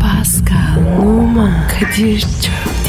Pascal, Oman, Kadir çok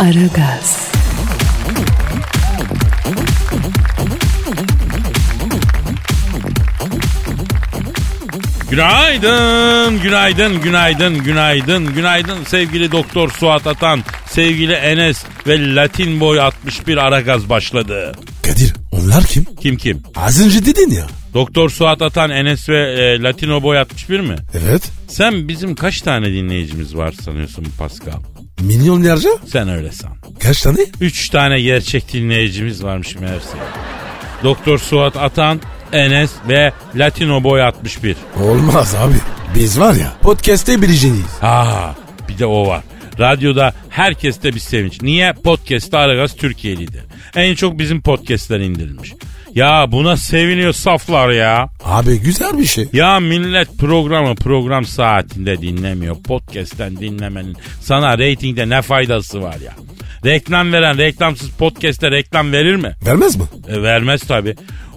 Aragaz, Günaydın, günaydın, günaydın, günaydın, günaydın sevgili Doktor Suat Atan, sevgili Enes ve Latin Boy 61 Aragaz başladı. Kadir onlar kim? Kim kim? Az önce dedin ya. Doktor Suat Atan, Enes ve e, Latino Boy 61 mi? Evet. Sen bizim kaç tane dinleyicimiz var sanıyorsun Pascal? Milyonlarca? Sen öyle san. Kaç tane? Üç tane gerçek dinleyicimiz varmış meğerse. Doktor Suat Atan, Enes ve Latino Boy 61. Olmaz abi. Biz var ya podcast'te biriciyiz. Aa, bir de o var. Radyoda herkeste bir sevinç. Niye? Podcast'te Aragaz Türkiye lideri. En çok bizim podcast'ler indirilmiş. Ya buna seviniyor saflar ya. Abi güzel bir şey. Ya millet programı program saatinde dinlemiyor. Podcast'ten dinlemenin sana reytingde ne faydası var ya? Reklam veren reklamsız podcast'te reklam verir mi? Vermez mi? E, vermez tabi.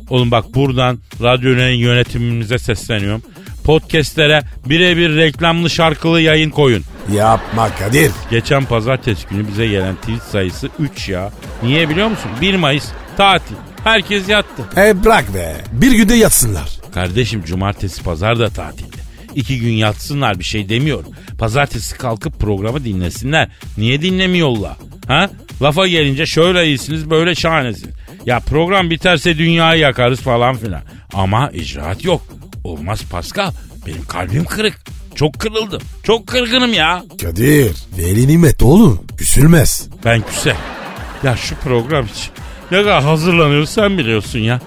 Oğlum bak buradan radyonun yönetimimize sesleniyorum. Podcast'lere birebir reklamlı şarkılı yayın koyun. Yapma Kadir. Geçen pazartesi günü bize gelen tweet sayısı 3 ya. Niye biliyor musun? 1 Mayıs tatil. Herkes yattı. E bırak be. Bir günde yatsınlar. Kardeşim cumartesi pazar da tatilde. İki gün yatsınlar bir şey demiyorum. Pazartesi kalkıp programı dinlesinler. Niye dinlemiyorlar? Ha? Lafa gelince şöyle iyisiniz böyle şahanesiniz. Ya program biterse dünyayı yakarız falan filan. Ama icraat yok. Olmaz Pascal. Benim kalbim kırık. Çok kırıldım. Çok kırgınım ya. Kadir. Veli nimet oğlum. Küsülmez. Ben küse. Ya şu program için ne kadar hazırlanıyoruz sen biliyorsun ya.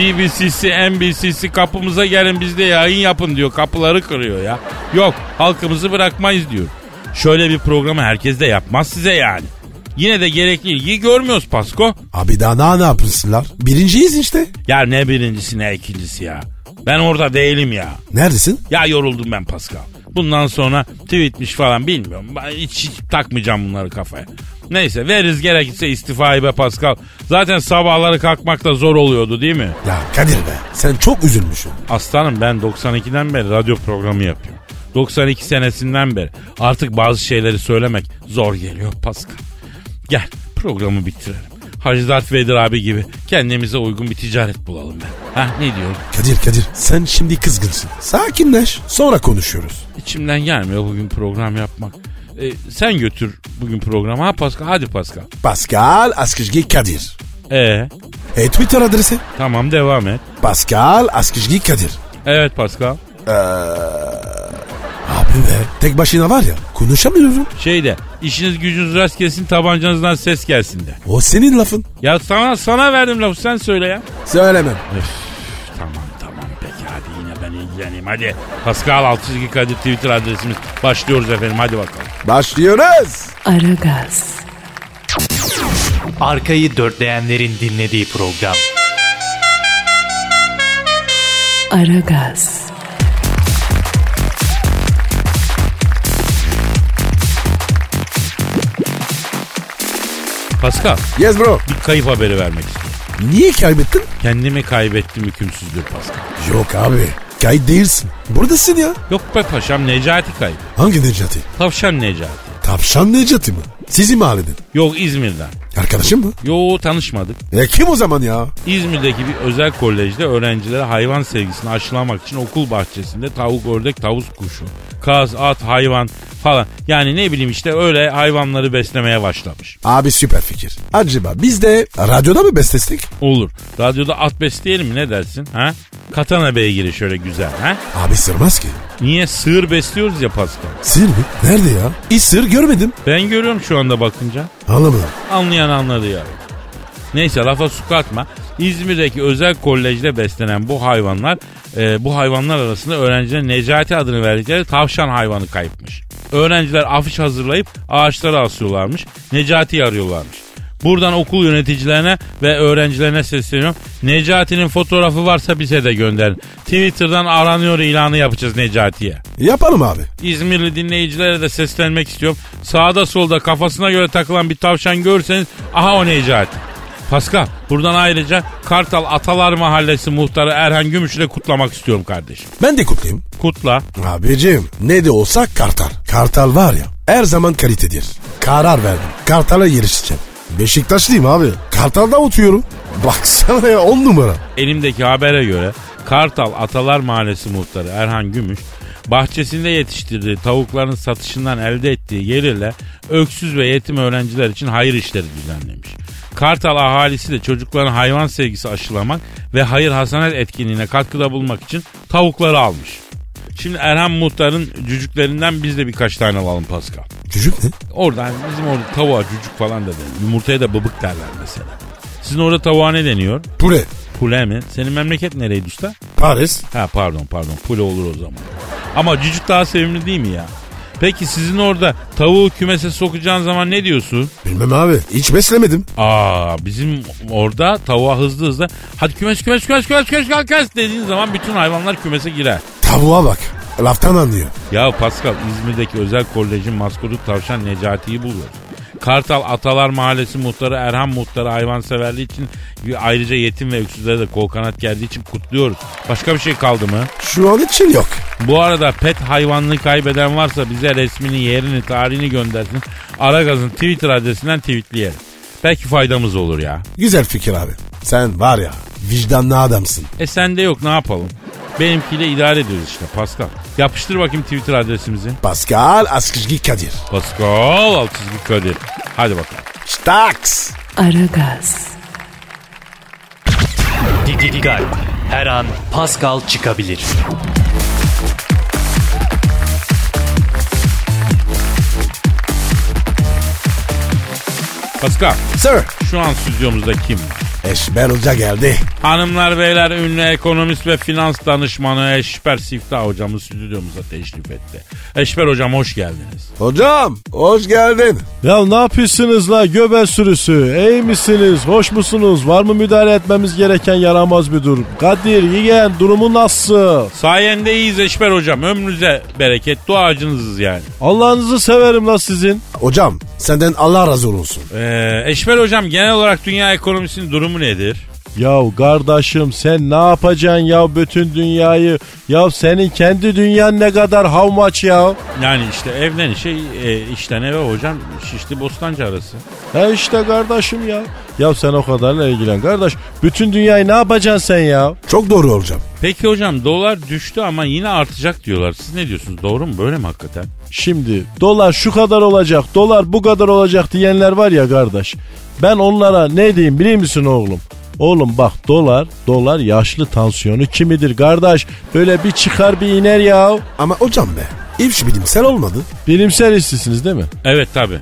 BBC'si, NBC'si kapımıza gelin bizde yayın yapın diyor. Kapıları kırıyor ya. Yok halkımızı bırakmayız diyor. Şöyle bir programı herkes de yapmaz size yani. Yine de gerekli ilgiyi görmüyoruz Pasko. Abi daha daha ne yapmışsınlar? Birinciyiz işte. Ya ne birincisi ne ikincisi ya. Ben orada değilim ya. Neredesin? Ya yoruldum ben Pascal. Bundan sonra tweetmiş falan bilmiyorum. Ben hiç, hiç takmayacağım bunları kafaya. Neyse veririz gerekirse istifayı be Pascal. Zaten sabahları kalkmak da zor oluyordu değil mi? Ya Kadir be. Sen çok üzülmüşsün. Aslanım ben 92'den beri radyo programı yapıyorum. 92 senesinden beri artık bazı şeyleri söylemek zor geliyor Pascal. Gel programı bitirelim. Hacı Dert Vedir abi gibi kendimize uygun bir ticaret bulalım ben. Ha ne diyorum? Kadir Kadir sen şimdi kızgınsın. Sakinleş sonra konuşuyoruz. İçimden gelmiyor bugün program yapmak. E, sen götür bugün programı. Ha Pascal hadi Pascal. Pascal Askışgi Kadir. E E Twitter adresi tamam devam et. Pascal Askışgi Kadir. Evet Pascal. Abi be tek başına var ya konuşamıyorum. Şeyde Şey işiniz gücünüz rast gelsin tabancanızdan ses gelsin de. O senin lafın. Ya sana sana verdim lafı sen söyle ya. Söylemem. Tamam tamam peki hadi yine ben ilgileneyim hadi. Pascal Altçizgi Kadir Twitter adresimiz. Başlıyoruz efendim hadi bakalım. Başlıyoruz. Aragaz, Arkayı dörtleyenlerin dinlediği program. Aragaz, Pascal Yes bro. bir kayıp haberi vermek istiyorum. Niye kaybettin? Kendimi kaybettim hükümsüzdür Pascal. Yok abi. Kayıt değilsin. Buradasın ya. Yok be paşam Necati kayıp. Hangi Necati? Tavşan Necati. Tavşan Necati mi? Sizin mahalleden. Yok İzmir'den. Arkadaşım mı? Yo tanışmadık. E kim o zaman ya? İzmir'deki bir özel kolejde öğrencilere hayvan sevgisini aşılamak için okul bahçesinde tavuk, ördek, tavus kuşu, kaz, at, hayvan falan. Yani ne bileyim işte öyle hayvanları beslemeye başlamış. Abi süper fikir. Acaba biz de radyoda mı bestestik? Olur. Radyoda at besleyelim mi ne dersin? Ha? Katana beygiri şöyle güzel. Ha? Abi sırmaz ki. Niye sığır besliyoruz ya Pascal? Sır mı? Nerede ya? Hiç sır görmedim. Ben görüyorum şu anda bakınca. Anlamadım. Anlayan anladı ya. Neyse lafa su katma. İzmir'deki özel kolejde beslenen bu hayvanlar, e, bu hayvanlar arasında öğrencilerin Necati adını verdikleri tavşan hayvanı kayıpmış. Öğrenciler afiş hazırlayıp ağaçlara asıyorlarmış. Necati'yi arıyorlarmış. Buradan okul yöneticilerine ve öğrencilerine sesleniyorum. Necati'nin fotoğrafı varsa bize de gönderin. Twitter'dan aranıyor ilanı yapacağız Necati'ye. Yapalım abi. İzmirli dinleyicilere de seslenmek istiyorum. Sağda solda kafasına göre takılan bir tavşan görürseniz aha o Necati. Pascal buradan ayrıca Kartal Atalar Mahallesi muhtarı Erhan Gümüş'ü de kutlamak istiyorum kardeşim. Ben de kutlayayım. Kutla. Abicim ne de olsa kartal. Kartal var ya her zaman kalitedir. Karar verdim. Kartala yarışacağım. Beşiktaşlıyım abi. Kartal'da oturuyorum. Baksana ya on numara. Elimdeki habere göre Kartal Atalar Mahallesi muhtarı Erhan Gümüş bahçesinde yetiştirdiği tavukların satışından elde ettiği gelirle öksüz ve yetim öğrenciler için hayır işleri düzenlemiş. Kartal ahalisi de çocukların hayvan sevgisi aşılamak ve hayır hasanet etkinliğine katkıda bulunmak için tavukları almış. Şimdi Erhan Muhtar'ın cücüklerinden biz de birkaç tane alalım Pascal. Çocuk ne? Oradan bizim orada tavuğa cücük falan da denir. Yumurtaya da bıbık derler mesela. Sizin orada tavuğa ne deniyor? Pure. Pule mi? Senin memleket nereydi usta? Paris. Ha pardon pardon pule olur o zaman. Ama cücük daha sevimli değil mi ya? Peki sizin orada tavuğu kümese sokacağın zaman ne diyorsun? Bilmem abi. Hiç beslemedim. Aa bizim orada tavuğa hızlı hızlı hadi kümes kümes kümes kümes kümes kümes, kümes dediğin zaman bütün hayvanlar kümese girer. Tavuğa bak. Laftan anlıyor. Ya Pascal İzmir'deki özel kolejin maskotu tavşan Necati'yi buluyor. Kartal Atalar Mahallesi muhtarı Erhan muhtarı hayvanseverliği için ayrıca yetim ve öksüzlere de kol kanat geldiği için kutluyoruz. Başka bir şey kaldı mı? Şu an için yok. Bu arada pet hayvanını kaybeden varsa bize resmini, yerini, tarihini göndersin. Aragaz'ın Twitter adresinden tweetleyelim. Belki faydamız olur ya. Güzel fikir abi. Sen var ya vicdanlı adamsın. E sende yok ne yapalım? Benimkiyle idare ediyoruz işte Pascal. Yapıştır bakayım Twitter adresimizi. Pascal Askizgi Kadir. Pascal Altçizgi Kadir. Hadi bakalım. Staks. Aragaz, Didi Digal. Her an Pascal çıkabilir. Pascal Sir. şu an stüdyomuzda kim? var? Eşber Hoca geldi. Hanımlar beyler ünlü ekonomist ve finans danışmanı Eşber Siftah hocamız stüdyomuza teşrif etti. Eşber hocam hoş geldiniz. Hocam hoş geldin. Ya ne yapıyorsunuz la göbel sürüsü? İyi misiniz? Hoş musunuz? Var mı müdahale etmemiz gereken yaramaz bir durum? Kadir, yiyen durumu nasıl? Sayende iyiyiz Eşber hocam. Ömrünüze bereket. Duacınızız yani. Allah'ınızı severim la sizin. Hocam senden Allah razı olsun. Ee, Eşber hocam genel olarak dünya ekonomisinin durumu nedir? Ya kardeşim sen ne yapacaksın ya bütün dünyayı? Ya senin kendi dünyan ne kadar how much ya? Yani işte evden işe, e, işten eve hocam şişli bostancı arası. He işte kardeşim ya. Ya sen o kadarla ilgilen kardeş. Bütün dünyayı ne yapacaksın sen ya? Çok doğru hocam. Peki hocam dolar düştü ama yine artacak diyorlar. Siz ne diyorsunuz? Doğru mu? Böyle mi hakikaten? Şimdi dolar şu kadar olacak, dolar bu kadar olacak diyenler var ya kardeş. Ben onlara ne diyeyim biliyor musun oğlum? Oğlum bak dolar, dolar yaşlı tansiyonu kimidir kardeş? Böyle bir çıkar bir iner ya. Ama hocam be hiç bilimsel olmadı. Bilimsel işsizsiniz değil mi? Evet tabi.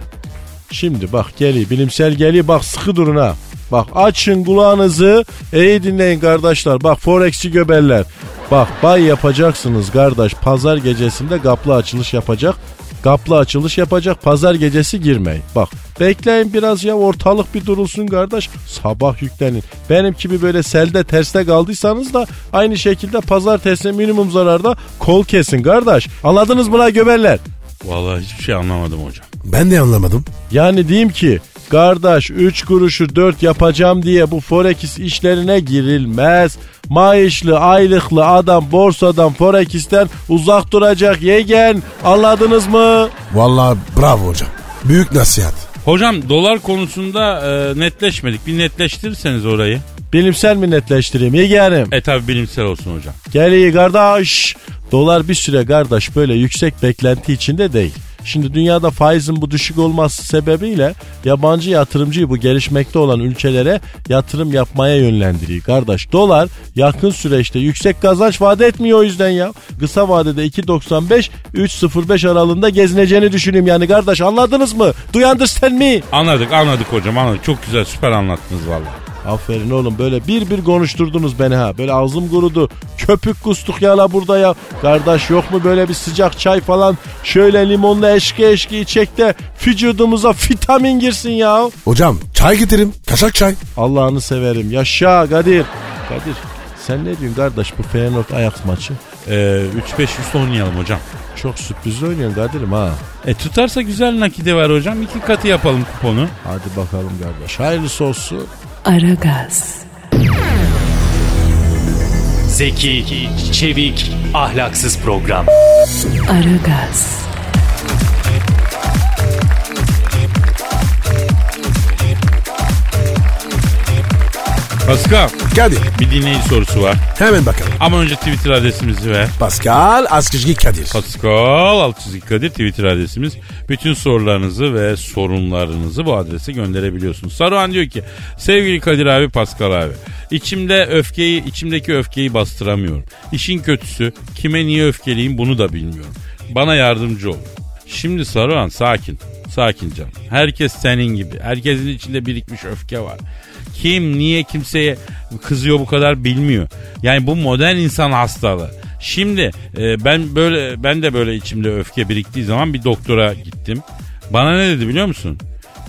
Şimdi bak geliyor, bilimsel geliyor bak sıkı durun ha. Bak açın kulağınızı, iyi dinleyin kardeşler. Bak forexçi göberler. Bak bay yapacaksınız kardeş. Pazar gecesinde kaplı açılış yapacak. Kaplı açılış yapacak. Pazar gecesi girmeyin. Bak bekleyin biraz ya ortalık bir durulsun kardeş. Sabah yüklenin. Benim gibi böyle selde terste kaldıysanız da aynı şekilde pazartesi minimum zararda kol kesin kardeş. Anladınız mı la göberler? Vallahi hiçbir şey anlamadım hocam. Ben de anlamadım. Yani diyeyim ki kardeş 3 kuruşu 4 yapacağım diye bu forex işlerine girilmez. Maaşlı aylıklı adam borsadan forex'ten uzak duracak yegen anladınız mı? Vallahi bravo hocam. Büyük nasihat. Hocam dolar konusunda e, netleşmedik. Bir netleştirirseniz orayı. Bilimsel mi netleştireyim yegenim? E tabi bilimsel olsun hocam. Gel iyi kardeş. Dolar bir süre kardeş böyle yüksek beklenti içinde değil. Şimdi dünyada faizin bu düşük olması sebebiyle yabancı yatırımcıyı bu gelişmekte olan ülkelere yatırım yapmaya yönlendiriyor. Kardeş dolar yakın süreçte yüksek kazanç vaat etmiyor o yüzden ya. Kısa vadede 2.95-3.05 aralığında gezineceğini düşünüyorum yani kardeş anladınız mı? Do you understand me? Anladık anladık hocam anladık. Çok güzel süper anlattınız vallahi. Aferin oğlum böyle bir bir konuşturdunuz beni ha. Böyle ağzım kurudu. Köpük kustuk ya la burada ya. Kardeş yok mu böyle bir sıcak çay falan. Şöyle limonla eşki eşki içek de vücudumuza vitamin girsin ya. Hocam çay getirin. Kaşak çay. Allah'ını severim. Yaşa Kadir. Kadir sen ne diyorsun kardeş bu Feyenoord Ajax maçı? Ee, 3-5 üstü oynayalım hocam. Çok sürpriz oynuyorsun Kadir'im ha. E tutarsa güzel nakide var hocam. İki katı yapalım kuponu. Hadi bakalım kardeş. Hayırlısı olsun. Aragaz, Zeki, çevik, ahlaksız program. Aragaz, Pascal Kadir bir dinleyici sorusu var. hemen bakalım. Ama önce Twitter adresimizi ver. Pascal Askışgi Kadir. Pascal Altçizgi Kadir Twitter adresimiz. Bütün sorularınızı ve sorunlarınızı bu adrese gönderebiliyorsunuz. Saruhan diyor ki sevgili Kadir abi Pascal abi. İçimde öfkeyi, içimdeki öfkeyi bastıramıyorum. İşin kötüsü kime niye öfkeliyim bunu da bilmiyorum. Bana yardımcı ol. Şimdi Saruhan sakin. Sakin canım. Herkes senin gibi. Herkesin içinde birikmiş öfke var. Kim niye kimseye kızıyor bu kadar bilmiyor. Yani bu modern insan hastalığı. Şimdi e, ben böyle ben de böyle içimde öfke biriktiği zaman bir doktora gittim. Bana ne dedi biliyor musun?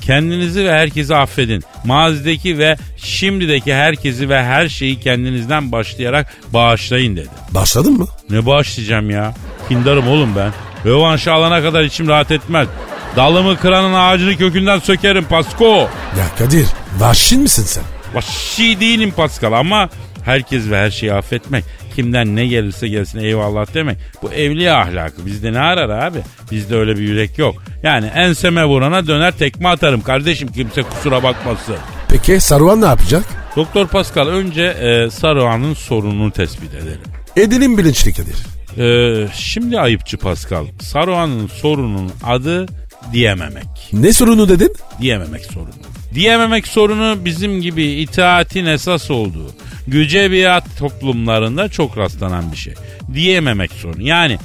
Kendinizi ve herkesi affedin. Mazideki ve şimdideki herkesi ve her şeyi kendinizden başlayarak bağışlayın dedi. Başladın mı? Ne bağışlayacağım ya? Kindarım oğlum ben. Rövanşı alana kadar içim rahat etmez. Dalımı kıranın ağacını kökünden sökerim Pasko. Ya Kadir vahşin misin sen? Vahşi değilim Pascal ama herkes ve her şeyi affetmek. Kimden ne gelirse gelsin eyvallah demek. Bu evliya ahlakı. Bizde ne arar abi? Bizde öyle bir yürek yok. Yani enseme vurana döner tekme atarım kardeşim kimse kusura bakmasın. Peki Saruhan ne yapacak? Doktor Pascal önce e, Saruhan'ın sorununu tespit edelim. Edelim bilinçli Kadir. E, şimdi ayıpçı Pascal. Saruhan'ın sorunun adı diyememek. Ne sorunu dedin? Diyememek sorunu. Diyememek sorunu bizim gibi itaatin esas olduğu güce biat toplumlarında çok rastlanan bir şey. Diyememek sorunu. Yani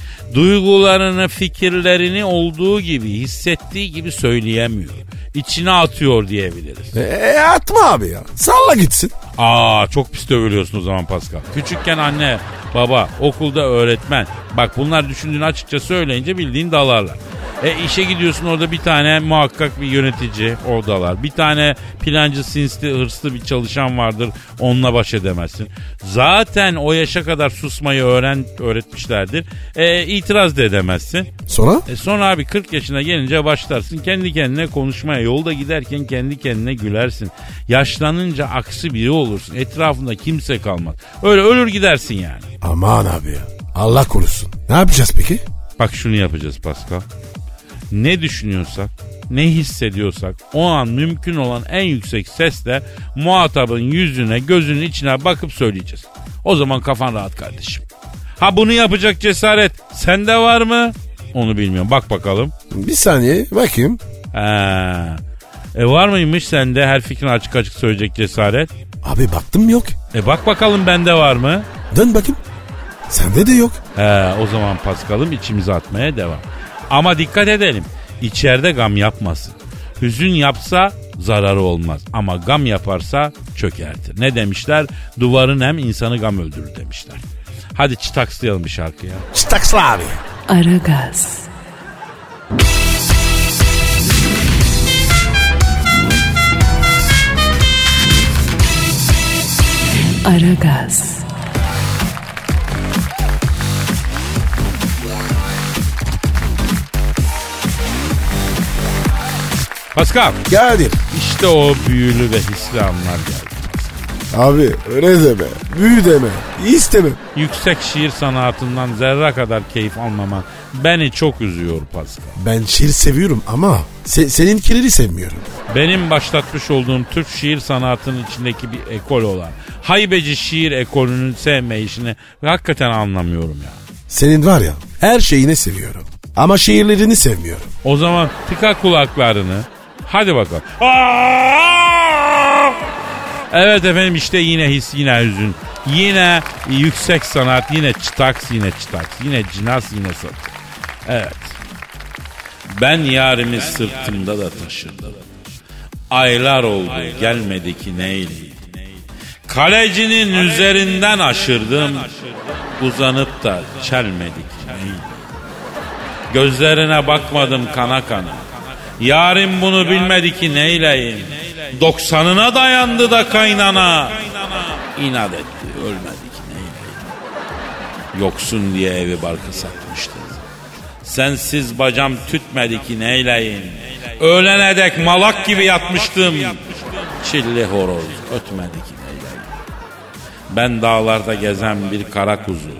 duygularını, fikirlerini olduğu gibi, hissettiği gibi söyleyemiyor. İçine atıyor diyebiliriz. E, atma abi ya. Salla gitsin. Aa çok pis dövülüyorsun o zaman Pascal. Küçükken anne, baba, okulda öğretmen. Bak bunlar düşündüğünü açıkça söyleyince bildiğin dalarlar. E işe gidiyorsun orada bir tane muhakkak bir yönetici oradalar. Bir tane plancı sinsli hırslı bir çalışan vardır onunla baş edemezsin. Zaten o yaşa kadar susmayı öğren öğretmişlerdir. E, itiraz da edemezsin. Sonra? E sonra abi 40 yaşına gelince başlarsın kendi kendine konuşmaya. Yolda giderken kendi kendine gülersin. Yaşlanınca aksi biri olursun. Etrafında kimse kalmaz. Öyle ölür gidersin yani. Aman abi ya. Allah korusun. Ne yapacağız peki? Bak şunu yapacağız Pascal. Ne düşünüyorsak, ne hissediyorsak o an mümkün olan en yüksek sesle muhatabın yüzüne, gözünün içine bakıp söyleyeceğiz. O zaman kafan rahat kardeşim. Ha bunu yapacak cesaret sende var mı? Onu bilmiyorum. Bak bakalım. Bir saniye bakayım. Ha. E var mıymış sende her fikrini açık açık söyleyecek cesaret? Abi baktım yok. E bak bakalım bende var mı? Dön bakayım. Sende de yok. He, o zaman Paskal'ım içimize atmaya devam. Ama dikkat edelim. İçeride gam yapmasın. Hüzün yapsa zararı olmaz. Ama gam yaparsa çökertir. Ne demişler? Duvarın hem insanı gam öldürür demişler. Hadi çıtakslayalım bir şarkıya. Çıtaksla abi. Aragaz, Aragaz, Paskal Kadir. işte o büyülü ve hisli anlar geldi. Abi öyle deme. Büyü deme. İsteme. Yüksek şiir sanatından zerre kadar keyif almaman beni çok üzüyor Pascal. Ben şiir seviyorum ama se- seninkileri sevmiyorum. Benim başlatmış olduğum Türk şiir sanatının içindeki bir ekol olan haybeci şiir ekolünün sevmeyişini hakikaten anlamıyorum ya. Senin var ya her şeyini seviyorum. Ama şiirlerini sevmiyorum. O zaman tıka kulaklarını. Hadi bakalım. Aa! Evet efendim işte yine his, yine hüzün. Yine yüksek sanat, yine çıtaks, yine çıtaks, yine cinas, yine sat. Evet. Ben yarimi sırtımda da taşırdım. Aylar oldu gelmedi ki neydi. Kalecinin üzerinden aşırdım. Uzanıp da çelmedik. Neydi? Gözlerine bakmadım kana kana. Yarim bunu bilmedi ki neyleyim. Doksanına dayandı da kaynana. İnat etti ölmedi ki neyleyim. Yoksun diye evi barkı satmıştı. Sensiz bacam tütmedi ki neyleyim. Öğlene dek malak gibi yatmıştım. Çilli horoz ötmedi ki neyleyim. Ben dağlarda gezen bir kara kuzu.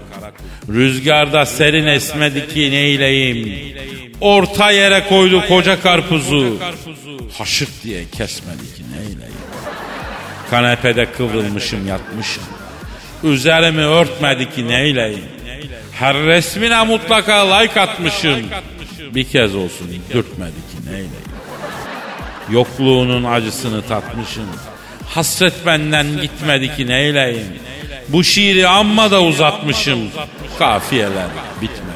Rüzgarda serin esmedi ki neyleyim. Orta yere koydu koca karpuzu. Haşık diye kesmedi ki neyleyim. Kanepede kıvrılmışım yatmışım. Üzerimi örtmedi ki neyleyim. Her resmine mutlaka like atmışım. Bir kez olsun dürtmedi ki neyleyim. Yokluğunun acısını tatmışım. Hasret benden gitmedi ki neyleyim. Bu şiiri amma da uzatmışım. Kafiyeler bitmedi.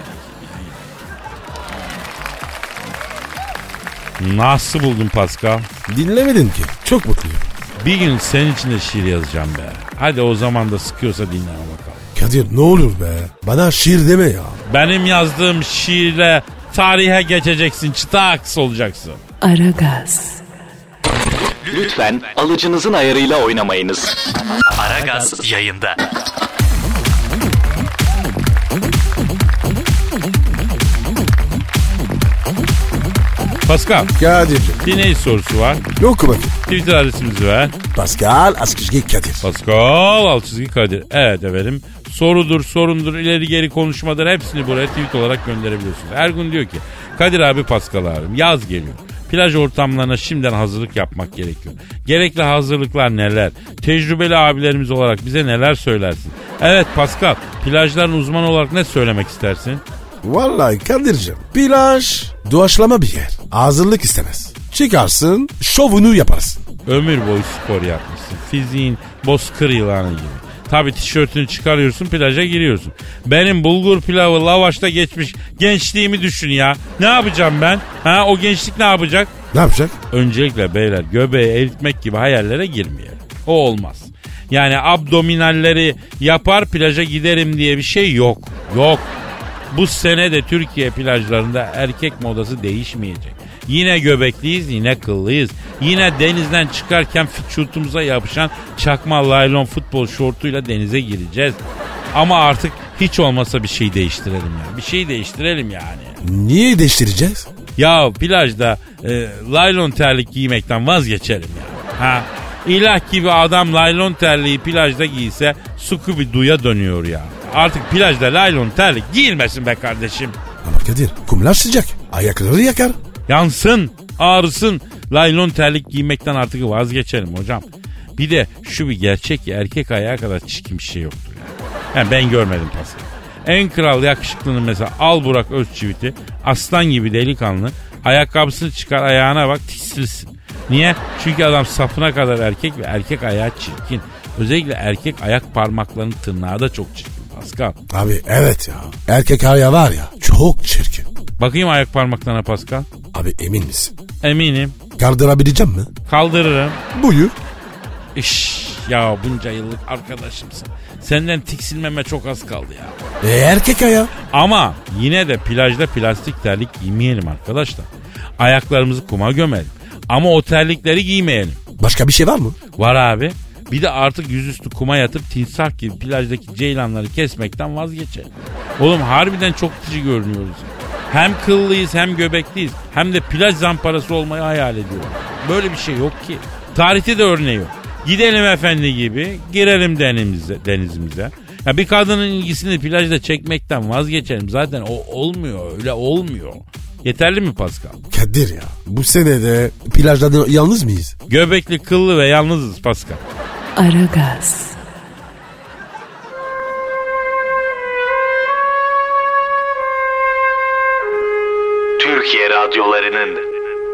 Nasıl buldun Pascal? Dinlemedin ki. Çok mutluyum. Bir gün senin için de şiir yazacağım be. Hadi o zaman da sıkıyorsa dinleme bakalım. Kadir ne olur be. Bana şiir deme ya. Benim yazdığım şiirle tarihe geçeceksin, çıta aksi olacaksın. Aragaz, Lütfen alıcınızın ayarıyla oynamayınız. Aragaz yayında. Pascal, Kadir'cim. dinleyici sorusu var. Yok bakayım. Twitter adresimizi ver. Pascal Askışki Kadir. Pascal alt çizgi Kadir. Evet efendim. Sorudur, sorundur, ileri geri konuşmadır hepsini buraya tweet olarak gönderebiliyorsunuz. Ergun diyor ki Kadir abi Pascal abim yaz geliyor. Plaj ortamlarına şimdiden hazırlık yapmak gerekiyor. Gerekli hazırlıklar neler? Tecrübeli abilerimiz olarak bize neler söylersin? Evet Pascal, plajların uzmanı olarak ne söylemek istersin? Vallahi Kadir'cim. Plaj. Doğaçlama bir yer. Hazırlık istemez. Çıkarsın şovunu yaparsın. Ömür boyu spor yapmışsın. Fiziğin bozkır yılanı gibi. Tabi tişörtünü çıkarıyorsun plaja giriyorsun. Benim bulgur pilavı lavaşta geçmiş gençliğimi düşün ya. Ne yapacağım ben? Ha o gençlik ne yapacak? Ne yapacak? Öncelikle beyler göbeği eritmek gibi hayallere girmeyelim. O olmaz. Yani abdominalleri yapar plaja giderim diye bir şey yok. Yok. Bu sene de Türkiye plajlarında erkek modası değişmeyecek. Yine göbekliyiz, yine kıllıyız. Yine denizden çıkarken vücutumuza yapışan çakma laylon futbol şortuyla denize gireceğiz. Ama artık hiç olmasa bir şey değiştirelim ya. Bir şey değiştirelim yani. Niye değiştireceğiz? Ya plajda e, laylon terlik giymekten vazgeçerim ya. Ha? İlah gibi adam laylon terliği plajda giyse Scooby Doo'ya dönüyor ya. Artık plajda laylon terlik giyilmesin be kardeşim. Ama Kadir kumlar sıcak. Ayakları yakar. Yansın, ağrısın. Laylon terlik giymekten artık vazgeçelim hocam. Bir de şu bir gerçek ya erkek ayağı kadar çirkin bir şey yoktur yani. Yani ben görmedim pası. En kral yakışıklının mesela al Burak Özçivit'i aslan gibi delikanlı ayakkabısını çıkar ayağına bak tiksilsin. Niye? Çünkü adam sapına kadar erkek ve erkek ayağı çirkin. Özellikle erkek ayak parmaklarının tırnağı da çok çirkin Pascal. Abi evet ya. Erkek ayağı var ya çok çirkin. Bakayım ayak parmaklarına Pascal. Abi emin misin? Eminim. Kaldırabileceğim mi? Kaldırırım. Buyur. İş ya bunca yıllık arkadaşımsın. Senden tiksinmeme çok az kaldı ya. E, erkek ayağı. Ama yine de plajda plastik terlik giymeyelim arkadaşlar. Ayaklarımızı kuma gömelim. Ama o terlikleri giymeyelim. Başka bir şey var mı? Var abi. Bir de artık yüzüstü kuma yatıp timsah gibi plajdaki ceylanları kesmekten vazgeçelim. Oğlum harbiden çok kişi görünüyoruz. Hem kıllıyız hem göbekliyiz. Hem de plaj zamparası olmayı hayal ediyorum. Böyle bir şey yok ki. Tarihte de örneği yok. Gidelim efendi gibi girelim denimize, denizimize. Ya bir kadının ilgisini plajda çekmekten vazgeçelim. Zaten o olmuyor öyle olmuyor. Yeterli mi Pascal? Kadir ya. Bu senede plajda yalnız mıyız? Göbekli, kıllı ve yalnızız Pascal. Aragaz, Türkiye radyolarının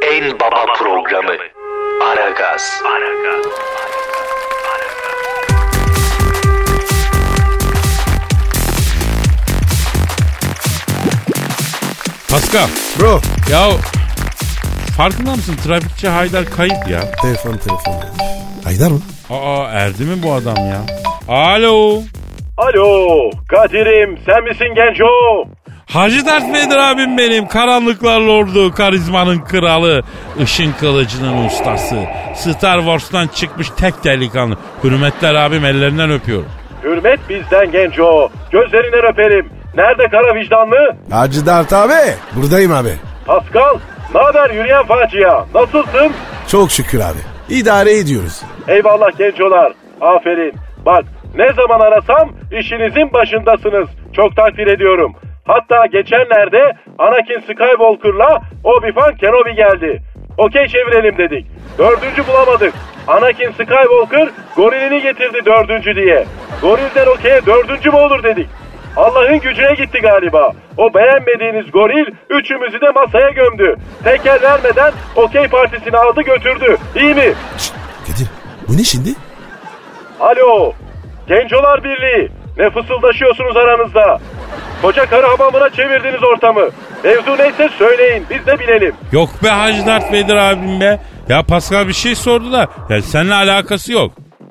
en baba programı Aragaz. Pascal. Bro. Ya farkında mısın trafikçi Haydar kayıp ya. Telefon telefon. Haydar mı? Aa erdi mi bu adam ya? Alo. Alo Kadir'im sen misin genco? Hacı Dert Vedir abim benim. Karanlıklar Lordu, karizmanın kralı, ışın kılıcının ustası. Star Wars'tan çıkmış tek delikanlı. Hürmetler abim ellerinden öpüyorum. Hürmet bizden genco. Gözlerinden öperim. Nerede kara vicdanlı? Hacı Dert abi. Buradayım abi. Pascal ne haber yürüyen facia? Nasılsın? Çok şükür abi. İdare ediyoruz. Eyvallah gencolar. Aferin. Bak ne zaman arasam işinizin başındasınız. Çok takdir ediyorum. Hatta geçenlerde Anakin Skywalker'la Obi-Wan Kenobi geldi. Okey çevirelim dedik. Dördüncü bulamadık. Anakin Skywalker gorilini getirdi dördüncü diye. Gorilden okey'e dördüncü mü olur dedik. Allah'ın gücüne gitti galiba. O beğenmediğiniz goril üçümüzü de masaya gömdü. Teker vermeden okey partisini aldı götürdü. İyi mi? Şşt, Kadir bu ne şimdi? Alo. Gencolar Birliği. Ne fısıldaşıyorsunuz aranızda? Koca karı hamamına çevirdiniz ortamı. Mevzu neyse söyleyin biz de bilelim. Yok be Hacı Dert Vedir abim be. Ya Pascal bir şey sordu da ya seninle alakası yok.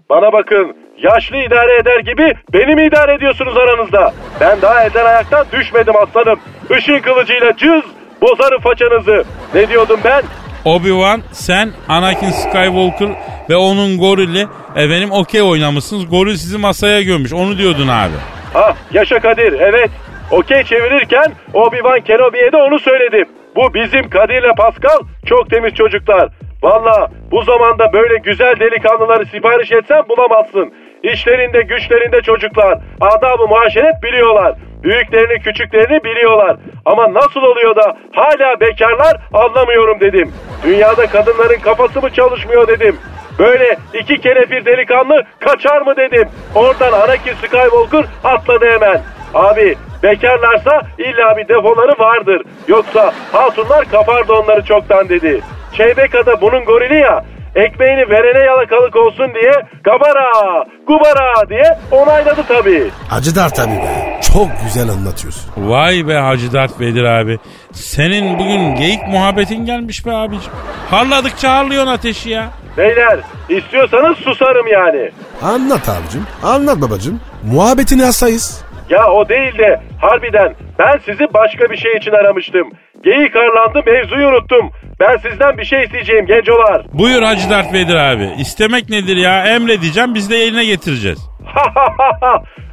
Bana bakın yaşlı idare eder gibi beni mi idare ediyorsunuz aranızda? Ben daha elden ayaktan düşmedim aslanım. Işın kılıcıyla cız bozarım façanızı. Ne diyordum ben? Obi-Wan, sen, Anakin Skywalker ve onun gorili efendim okey oynamışsınız. Goril sizi masaya gömmüş. Onu diyordun abi. Ha Ah, yaşa Kadir evet. Okey çevirirken Obi-Wan Kenobi'ye de onu söyledim. Bu bizim Kadir'le Pascal çok temiz çocuklar. Valla bu zamanda böyle güzel delikanlıları sipariş etsen bulamazsın. İşlerinde güçlerinde çocuklar. Adabı muaşeret biliyorlar. Büyüklerini küçüklerini biliyorlar. Ama nasıl oluyor da hala bekarlar anlamıyorum dedim. Dünyada kadınların kafası mı çalışmıyor dedim. Böyle iki kenefir delikanlı kaçar mı dedim. Oradan Anakin Skywalker atladı hemen. Abi bekarlarsa illa bir defoları vardır. Yoksa hatunlar kapardı onları çoktan dedi. Çeybeka'da bunun gorili ya ekmeğini verene yalakalık olsun diye gabara, gubara diye onayladı tabii. Hacı Dert abi be. Çok güzel anlatıyorsun. Vay be Hacı Dert Vedir abi. Senin bugün geyik muhabbetin gelmiş be abicim. Harladıkça harlıyorsun ateşi ya. Beyler istiyorsanız susarım yani. Anlat abicim. Anlat babacım. Muhabbetini hastayız. Ya o değil de harbiden ben sizi başka bir şey için aramıştım. Geyik arlandı mevzuyu unuttum. Ben sizden bir şey isteyeceğim gencolar. Buyur Hacı Dert Vedir abi. İstemek nedir ya? Emredeceğim biz de eline getireceğiz.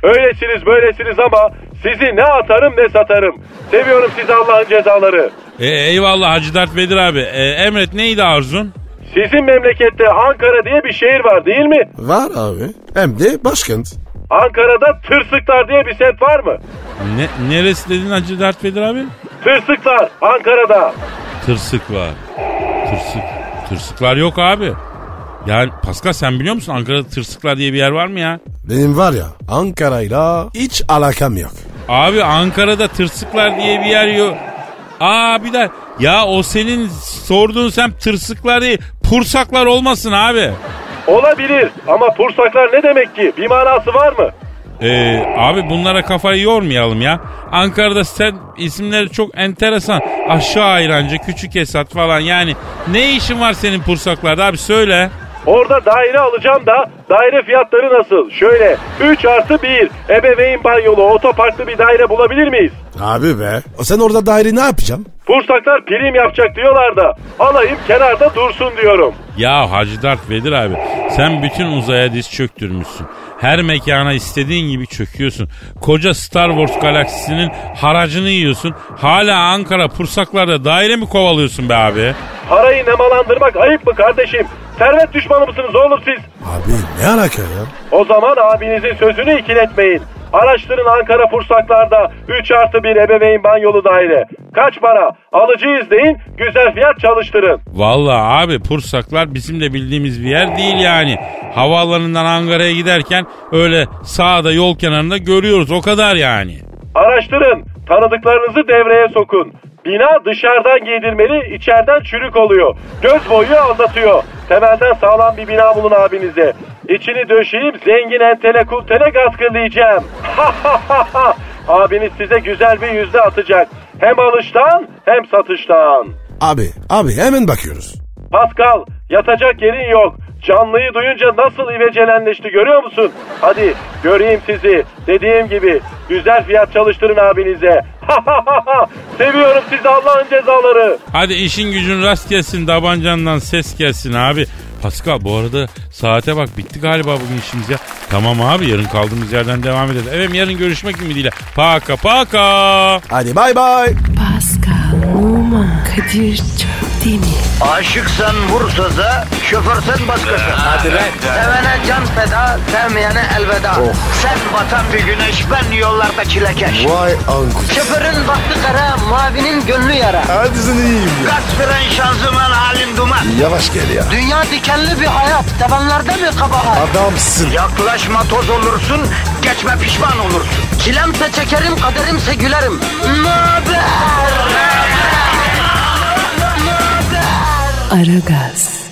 Öylesiniz böylesiniz ama sizi ne atarım ne satarım. Seviyorum sizi Allah'ın cezaları. E, eyvallah Hacı Dert Vedir abi. E, emret neydi arzun? Sizin memlekette Ankara diye bir şehir var değil mi? Var abi. Hem de başkent. Ankara'da tırsıklar diye bir set var mı? Ne, neresi dedin Hacı Dert Vedir abi? Tırsıklar Ankara'da. Tırsık var. Tırsık. Tırsıklar yok abi. Yani Pascal sen biliyor musun Ankara'da tırsıklar diye bir yer var mı ya? Benim var ya Ankara'yla hiç alakam yok. Abi Ankara'da tırsıklar diye bir yer yok. Aa bir de ya o senin sorduğun sen tırsıklar değil pursaklar olmasın abi. Olabilir ama pursaklar ne demek ki? Bir manası var mı? Ee, abi bunlara kafayı yormayalım ya. Ankara'da sen isimleri çok enteresan. Aşağı ayrancı, küçük esat falan yani. Ne işin var senin pursaklarda abi söyle. Orada daire alacağım da daire fiyatları nasıl? Şöyle 3 artı 1 ebeveyn banyolu otoparklı bir daire bulabilir miyiz? Abi be. Sen orada daire ne yapacaksın? Pursaklar prim yapacak diyorlar da alayım kenarda dursun diyorum. Ya Hacı Dert Vedir abi sen bütün uzaya diz çöktürmüşsün. Her mekana istediğin gibi çöküyorsun. Koca Star Wars galaksisinin haracını yiyorsun. Hala Ankara pursaklarda daire mi kovalıyorsun be abi? Parayı nemalandırmak ayıp mı kardeşim? Servet düşmanı mısınız oğlum siz? Abi ne alaka ya? O zaman abinizin sözünü ikiletmeyin. Araştırın Ankara Pursaklar'da 3 artı 1 ebeveyn banyolu daire. Kaç para? Alıcıyız deyin, güzel fiyat çalıştırın. Vallahi abi Pursaklar bizim de bildiğimiz bir yer değil yani. Havaalanından Ankara'ya giderken öyle sağda yol kenarında görüyoruz o kadar yani. Araştırın, tanıdıklarınızı devreye sokun. Bina dışarıdan giydirmeli, içeriden çürük oluyor. Göz boyu aldatıyor. Temelden sağlam bir bina bulun abinize. İçini döşeyip zengin entele kultele gaz kıllayacağım. Abiniz size güzel bir yüzde atacak. Hem alıştan hem satıştan. Abi, abi hemen bakıyoruz. Pascal yatacak yerin yok. Canlıyı duyunca nasıl ivecelenleşti görüyor musun? Hadi göreyim sizi. Dediğim gibi güzel fiyat çalıştırın abinize. Seviyorum sizi Allah'ın cezaları. Hadi işin gücün rast gelsin tabancandan ses gelsin abi. Pascal bu arada saate bak bitti galiba bugün işimiz ya. Tamam abi yarın kaldığımız yerden devam ederiz. Evet yarın görüşmek ümidiyle. Paka paka. Hadi bay bay. Pascal, Oman, Kadir çok değil mi? Aşıksan vursa da, şoförsen başkasın. Hadi lan. Sevene can feda, sevmeyene elveda. Sen batan bir güneş, ben yollarda çilekeş. Vay anku. Şoförün baktı kara, mavinin gönlü yara. Hadi sen iyiyim ya. Kasperen şanzıman halin duman. Yavaş gel ya. Dünya dikenli bir hayat, sevenlerde mi kabahar? Adamsın. Yaklaşma toz olursun, geçme pişman olursun. Çilemse çekerim, kaderimse gülerim. Möber! Aragaz.